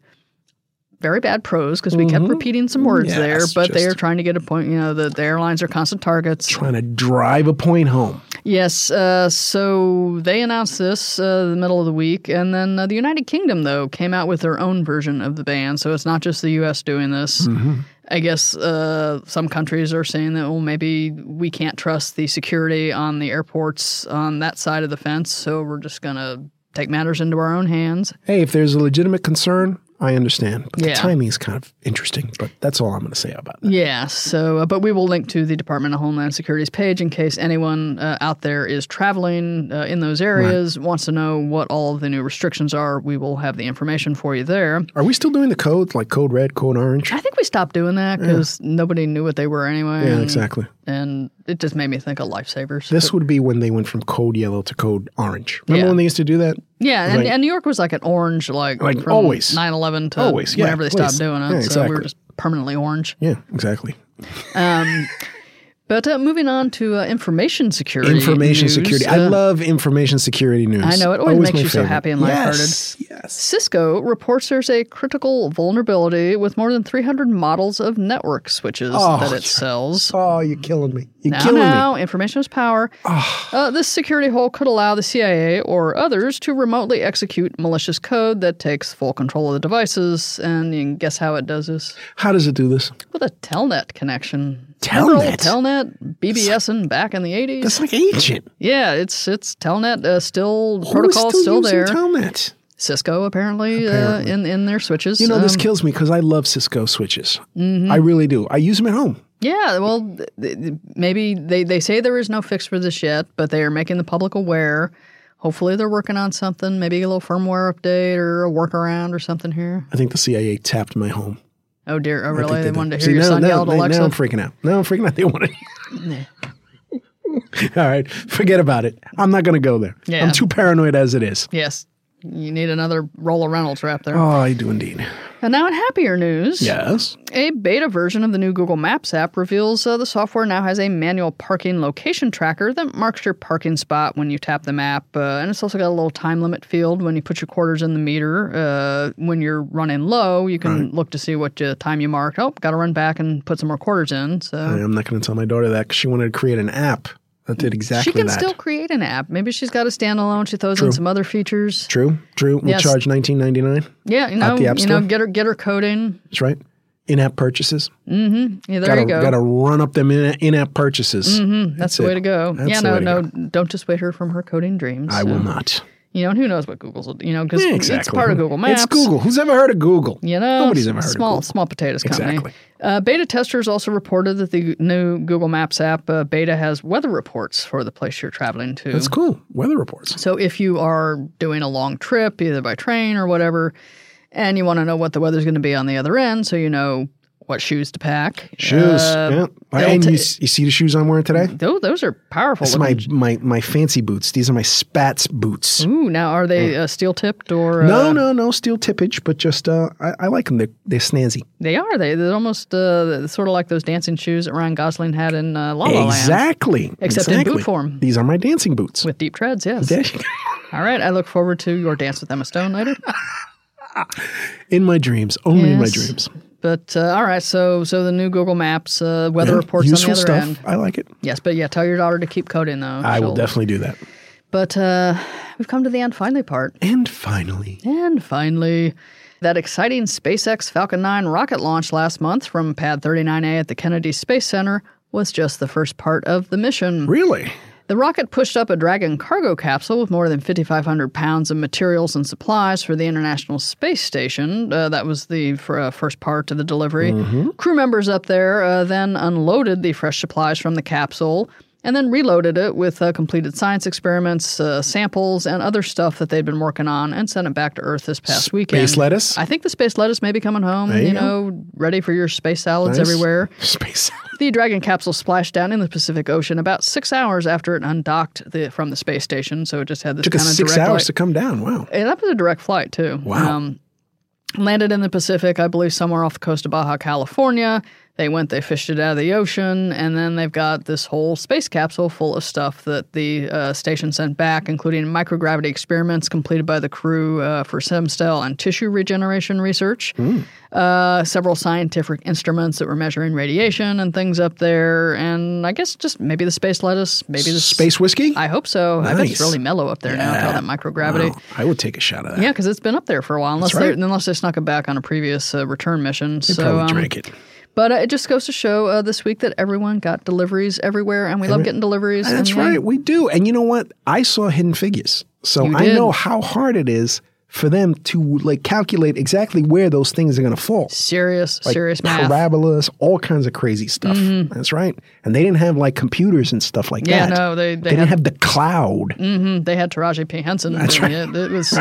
[SPEAKER 2] Very bad prose because we kept repeating some words
[SPEAKER 3] Yes,
[SPEAKER 2] there, but they
[SPEAKER 3] just-
[SPEAKER 2] are trying to get a point. You know that the airlines are constant targets.
[SPEAKER 3] Trying to drive a point home.
[SPEAKER 2] Yes, uh, so they announced this uh, the middle of the week, and then uh, the United Kingdom though came out with their own version of the ban. So it's not just the U.S. doing this. I guess uh, some countries are saying that well, maybe we can't trust the security on the airports on that side of the fence, so we're just gonna take matters into our own hands.
[SPEAKER 3] Hey, if there's a legitimate concern, I understand. But
[SPEAKER 2] Yeah.
[SPEAKER 3] the timing is kind of interesting. But that's all I'm going to say about that.
[SPEAKER 2] Yeah, so, uh, but we will link to the Department of Homeland Security's page in case anyone uh, out there is traveling uh, in those areas, wants to know what all of the new restrictions are. We will have the information for you there.
[SPEAKER 3] Are we still doing the codes like code red, code orange?
[SPEAKER 2] I think we stopped doing that because nobody knew what they were anyway.
[SPEAKER 3] Yeah,
[SPEAKER 2] and,
[SPEAKER 3] exactly.
[SPEAKER 2] and it just made me think of lifesavers.
[SPEAKER 3] This would be when they went from code yellow to code orange. Remember
[SPEAKER 2] Yeah.
[SPEAKER 3] when they used to do that?
[SPEAKER 2] yeah, and,
[SPEAKER 3] like-
[SPEAKER 2] and New York was like an orange, like,
[SPEAKER 3] Like
[SPEAKER 2] from
[SPEAKER 3] always.
[SPEAKER 2] 9 11 to
[SPEAKER 3] Always, yeah,
[SPEAKER 2] whenever they stopped
[SPEAKER 3] please.
[SPEAKER 2] doing it.
[SPEAKER 3] Yeah,
[SPEAKER 2] So we were
[SPEAKER 3] exactly.
[SPEAKER 2] just permanently orange.
[SPEAKER 3] Yeah, exactly.
[SPEAKER 2] But uh, moving on to uh, information security.
[SPEAKER 3] Information
[SPEAKER 2] news,
[SPEAKER 3] security. I
[SPEAKER 2] uh,
[SPEAKER 3] love information security news.
[SPEAKER 2] I know, it always makes
[SPEAKER 3] my
[SPEAKER 2] you so happy and lighthearted.
[SPEAKER 3] Yes, yes.
[SPEAKER 2] Cisco reports there's a critical vulnerability with more than 300 models of network switches
[SPEAKER 3] Oh,
[SPEAKER 2] that it
[SPEAKER 3] yeah.
[SPEAKER 2] sells.
[SPEAKER 3] Oh, you're killing me. You're
[SPEAKER 2] Now,
[SPEAKER 3] killing me.
[SPEAKER 2] now, information is power. Uh, this security hole could allow the CIA or others to remotely execute malicious code that takes full control of the devices. And you can guess how it does this?
[SPEAKER 3] How does it do this?
[SPEAKER 2] With a Telnet connection. Remember old
[SPEAKER 3] Telnet?
[SPEAKER 2] Telnet, BBSing back in the 80s.
[SPEAKER 3] That's like ancient.
[SPEAKER 2] yeah, it's it's Telnet, uh, still,
[SPEAKER 3] Who is
[SPEAKER 2] protocol still, still
[SPEAKER 3] using
[SPEAKER 2] there.
[SPEAKER 3] Telnet?
[SPEAKER 2] Cisco apparently,
[SPEAKER 3] Apparently.
[SPEAKER 2] Uh, in, in their switches.
[SPEAKER 3] You know, this
[SPEAKER 2] Um,
[SPEAKER 3] kills me because I love Cisco switches.
[SPEAKER 2] Mm-hmm.
[SPEAKER 3] I really do. I use them at home.
[SPEAKER 2] Yeah, well, th- th- maybe they, they say there is no fix for this yet, but they are making the public aware. Hopefully, they're working on something, maybe a little firmware update or a workaround or something here.
[SPEAKER 3] I think the CIA tapped my home.
[SPEAKER 2] Oh dear! Oh
[SPEAKER 3] I think
[SPEAKER 2] really? They,
[SPEAKER 3] did.
[SPEAKER 2] wanted to
[SPEAKER 3] See,
[SPEAKER 2] hear your
[SPEAKER 3] now,
[SPEAKER 2] son
[SPEAKER 3] now,
[SPEAKER 2] yell at
[SPEAKER 3] now-
[SPEAKER 2] Alexa.
[SPEAKER 3] Now I'm freaking out. Now I'm freaking out. They want to. (laughs) All right, forget about it. I'm not going to go there.
[SPEAKER 2] Yeah.
[SPEAKER 3] I'm too paranoid as it is.
[SPEAKER 2] yes, you need another Rolla Reynolds wrap there.
[SPEAKER 3] Oh, I do indeed.
[SPEAKER 2] And now in happier news,
[SPEAKER 3] Yes.
[SPEAKER 2] a beta version of the new Google Maps app reveals uh, the software now has a manual parking location tracker that marks your parking spot when you tap the map. Uh, and it's also got a little time limit field when you put your quarters in the meter. Uh, when you're running low, you can look to see what uh, time you marked. Oh, got to run back and put some more quarters in. So
[SPEAKER 3] I- I'm not going to tell my daughter that because she wanted to create an app that did exactly
[SPEAKER 2] she can
[SPEAKER 3] that.
[SPEAKER 2] still create an app. Maybe she's got a standalone. She throws in some other features.
[SPEAKER 3] True. True. We
[SPEAKER 2] Yes.
[SPEAKER 3] charge 19.99.
[SPEAKER 2] Yeah, you know,
[SPEAKER 3] the App
[SPEAKER 2] you know,
[SPEAKER 3] Store?
[SPEAKER 2] get her get her code in.
[SPEAKER 3] That's right. In-app purchases.
[SPEAKER 2] Yeah, there
[SPEAKER 3] gotta,
[SPEAKER 2] you go. Mm-hmm.
[SPEAKER 3] Gotta run up them in- in-app purchases.
[SPEAKER 2] That's the way to go.
[SPEAKER 3] That's
[SPEAKER 2] yeah,
[SPEAKER 3] the
[SPEAKER 2] no,
[SPEAKER 3] way to
[SPEAKER 2] no, don't dissuade her from her coding dreams.
[SPEAKER 3] I
[SPEAKER 2] So-
[SPEAKER 3] will not.
[SPEAKER 2] You know, and who knows what Google's, you know, because
[SPEAKER 3] Yeah,
[SPEAKER 2] it's part of Google Maps.
[SPEAKER 3] It's Google. Who's ever heard of Google?
[SPEAKER 2] You know,
[SPEAKER 3] Nobody's ever heard of
[SPEAKER 2] small
[SPEAKER 3] Google.
[SPEAKER 2] small potatoes company.
[SPEAKER 3] Exactly.
[SPEAKER 2] Uh, beta testers also reported that the new Google Maps app uh, beta has weather reports for the place you're traveling to.
[SPEAKER 3] That's cool. Weather reports.
[SPEAKER 2] So if you are doing a long trip, either by train or whatever, and you want to know what the weather's going to be on the other end, so you know what shoes to pack.
[SPEAKER 3] Shoes.
[SPEAKER 2] uh,
[SPEAKER 3] yeah.
[SPEAKER 2] they'll
[SPEAKER 3] And
[SPEAKER 2] ta- Mm-hmm.
[SPEAKER 3] you, s- you see the shoes I'm wearing today?
[SPEAKER 2] tho- those are powerful.
[SPEAKER 3] It's my,
[SPEAKER 2] looking.
[SPEAKER 3] my my fancy boots. These are my spats boots.
[SPEAKER 2] Ooh, now are they uh, steel tipped or?
[SPEAKER 3] No,
[SPEAKER 2] uh,
[SPEAKER 3] no, no steel tippage, but just uh, I, I like them. They're, they're snazzy.
[SPEAKER 2] They are. They, they're almost uh, sort of like those dancing shoes that Ryan Gosling had in uh, La La Land.
[SPEAKER 3] Exactly.
[SPEAKER 2] Except in boot
[SPEAKER 3] exactly.
[SPEAKER 2] form.
[SPEAKER 3] These are my dancing boots. (laughs)
[SPEAKER 2] With deep treads, yes.
[SPEAKER 3] Yeah.
[SPEAKER 2] All right, I look forward to your dance with Emma Stone
[SPEAKER 3] (laughs)
[SPEAKER 2] later.
[SPEAKER 3] in my dreams, only in my
[SPEAKER 2] Yes.
[SPEAKER 3] dreams.
[SPEAKER 2] But uh, all right, so so the new Google Maps uh, weather reports on the
[SPEAKER 3] Useful
[SPEAKER 2] other
[SPEAKER 3] stuff.
[SPEAKER 2] end.
[SPEAKER 3] I like it.
[SPEAKER 2] Yes, but yeah, tell your daughter to keep coding though.
[SPEAKER 3] I will
[SPEAKER 2] She'll-
[SPEAKER 3] definitely do that.
[SPEAKER 2] But uh, we've come to the end finally part,
[SPEAKER 3] And finally,
[SPEAKER 2] and finally, that exciting SpaceX Falcon 9 rocket launch last month from Pad 39A at the Kennedy Space Center was just the first part of the mission.
[SPEAKER 3] really,
[SPEAKER 2] The rocket pushed up a Dragon cargo capsule with more than 5,500 pounds of materials and supplies for the International Space Station. Uh, that was the fir- uh, first part of the delivery.
[SPEAKER 3] Mm-hmm.
[SPEAKER 2] Crew members up there uh, then unloaded the fresh supplies from the capsule and then reloaded it with uh, completed science experiments, uh, samples, and other stuff that they'd been working on and sent it back to Earth this past weekend.
[SPEAKER 3] space lettuce.
[SPEAKER 2] I think the space lettuce may be coming home,
[SPEAKER 3] you
[SPEAKER 2] you,
[SPEAKER 3] go.
[SPEAKER 2] know, ready for your space salads
[SPEAKER 3] Nice.
[SPEAKER 2] everywhere.
[SPEAKER 3] (laughs) Space.
[SPEAKER 2] The Dragon capsule splashed down in the Pacific Ocean about six hours after it undocked the, from the space station, so it just had this
[SPEAKER 3] Took
[SPEAKER 2] kind
[SPEAKER 3] us
[SPEAKER 2] of
[SPEAKER 3] six
[SPEAKER 2] direct
[SPEAKER 3] hours
[SPEAKER 2] flight.
[SPEAKER 3] to come down. Wow.
[SPEAKER 2] And that was a direct flight too.
[SPEAKER 3] Wow.
[SPEAKER 2] Um, landed in the Pacific, I believe, somewhere off the coast of Baja California. They went, they fished it out of the ocean, and then they've got this whole space capsule full of stuff that the uh, station sent back, including microgravity experiments completed by the crew uh, for stem cell and tissue regeneration research,
[SPEAKER 3] Hmm.
[SPEAKER 2] uh, several scientific instruments that were measuring radiation and things up there, and I guess just maybe the space lettuce, maybe the
[SPEAKER 3] Space whiskey.
[SPEAKER 2] I hope so. I bet it's
[SPEAKER 3] Nice.
[SPEAKER 2] really mellow up there now with all that microgravity.
[SPEAKER 3] Wow. I would take a shot of that.
[SPEAKER 2] Yeah, because it's been up there for a while, unless
[SPEAKER 3] That's right.
[SPEAKER 2] they unless they snuck it back on a previous uh, return mission. so,
[SPEAKER 3] Probably
[SPEAKER 2] um,
[SPEAKER 3] drank it.
[SPEAKER 2] but uh, it just goes to show uh, this week that everyone got deliveries everywhere, and we love getting deliveries.
[SPEAKER 3] Ah, That's
[SPEAKER 2] and, yeah,
[SPEAKER 3] right. We do. And you know what? I saw Hidden Figures. So
[SPEAKER 2] You
[SPEAKER 3] I
[SPEAKER 2] did.
[SPEAKER 3] know how hard it is for them to like calculate exactly where those things are going to fall.
[SPEAKER 2] Serious, serious math. Mm-hmm.
[SPEAKER 3] Parabolas, all kinds of crazy stuff. That's right. And they didn't have like computers and stuff like
[SPEAKER 2] Yeah,
[SPEAKER 3] that.
[SPEAKER 2] no, they
[SPEAKER 3] They
[SPEAKER 2] they had,
[SPEAKER 3] didn't
[SPEAKER 2] Mm.
[SPEAKER 3] have the cloud.
[SPEAKER 2] they had (laughs) Taraji P Henson. doing it. It was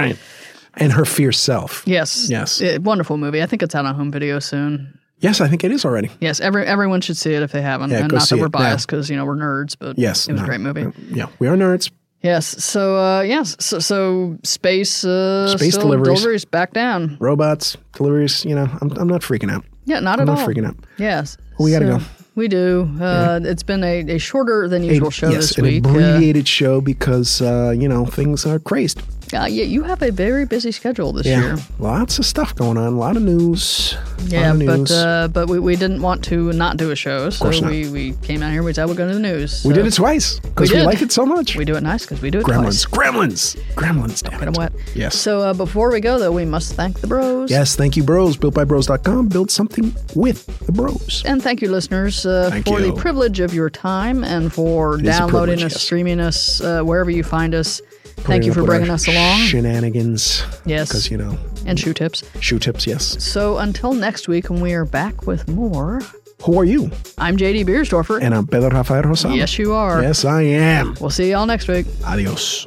[SPEAKER 3] And her fierce self.
[SPEAKER 2] yes,
[SPEAKER 3] Yes.
[SPEAKER 2] it- wonderful movie. I think it's out on home video soon.
[SPEAKER 3] Yes, I think it is already.
[SPEAKER 2] Yes, every everyone should see it if they haven't.
[SPEAKER 3] Yeah,
[SPEAKER 2] and
[SPEAKER 3] go
[SPEAKER 2] not
[SPEAKER 3] see
[SPEAKER 2] that we're
[SPEAKER 3] it now.
[SPEAKER 2] biased because you know we're nerds, but
[SPEAKER 3] Yes.
[SPEAKER 2] it was
[SPEAKER 3] no.
[SPEAKER 2] a great movie.
[SPEAKER 3] Yeah. We are nerds.
[SPEAKER 2] Yes. So uh, yes. So, so space uh,
[SPEAKER 3] Space
[SPEAKER 2] still
[SPEAKER 3] deliveries.
[SPEAKER 2] deliveries back down.
[SPEAKER 3] Robots, deliveries, you know, I'm, I'm not freaking out.
[SPEAKER 2] Yeah, not at
[SPEAKER 3] I'm
[SPEAKER 2] all.
[SPEAKER 3] not freaking out.
[SPEAKER 2] Yes.
[SPEAKER 3] We gotta go.
[SPEAKER 2] We do. Uh, It's been a, a shorter than usual show
[SPEAKER 3] yes,
[SPEAKER 2] this
[SPEAKER 3] an
[SPEAKER 2] week. Uh,
[SPEAKER 3] abbreviated show because, uh, you know, things are crazed.
[SPEAKER 2] uh, yeah, you have a very busy schedule this
[SPEAKER 3] Yeah.
[SPEAKER 2] year.
[SPEAKER 3] Lots of stuff going on, a lot of news.
[SPEAKER 2] Yeah,
[SPEAKER 3] lot of
[SPEAKER 2] but
[SPEAKER 3] news.
[SPEAKER 2] uh, but we, we didn't want to not do a show, so
[SPEAKER 3] course not.
[SPEAKER 2] we, we came out here. We said we'll go to the news.
[SPEAKER 3] we
[SPEAKER 2] So
[SPEAKER 3] did it twice because
[SPEAKER 2] we
[SPEAKER 3] we,
[SPEAKER 2] did.
[SPEAKER 3] like it so much.
[SPEAKER 2] We do it nice because we do it twice.
[SPEAKER 3] Gremlins, gremlins, gremlins, damn it.
[SPEAKER 2] And what?
[SPEAKER 3] Yes.
[SPEAKER 2] So uh, before we go though, we must thank the bros.
[SPEAKER 3] Yes, thank you, bros. BuiltByBros.com. Build something with the bros.
[SPEAKER 2] And thank you, listeners, uh,
[SPEAKER 3] Thank
[SPEAKER 2] for
[SPEAKER 3] you.
[SPEAKER 2] the privilege of your time and for
[SPEAKER 3] is a
[SPEAKER 2] downloading
[SPEAKER 3] privilege,
[SPEAKER 2] us,
[SPEAKER 3] yes.
[SPEAKER 2] streaming us, uh, wherever you find us. thank
[SPEAKER 3] Putting
[SPEAKER 2] you
[SPEAKER 3] up
[SPEAKER 2] for
[SPEAKER 3] with
[SPEAKER 2] bringing
[SPEAKER 3] our
[SPEAKER 2] us along
[SPEAKER 3] Shenanigans.
[SPEAKER 2] Yes.
[SPEAKER 3] Because, you know,
[SPEAKER 2] and shoe tips.
[SPEAKER 3] shoe tips, yes.
[SPEAKER 2] So until next week, when we are back with more,
[SPEAKER 3] Who are you?
[SPEAKER 2] I'm JD Beersdorfer.
[SPEAKER 3] And I'm Pedro Rafael Rosado.
[SPEAKER 2] yes, you are.
[SPEAKER 3] Yes, I am.
[SPEAKER 2] We'll see y'all next week.
[SPEAKER 3] Adios.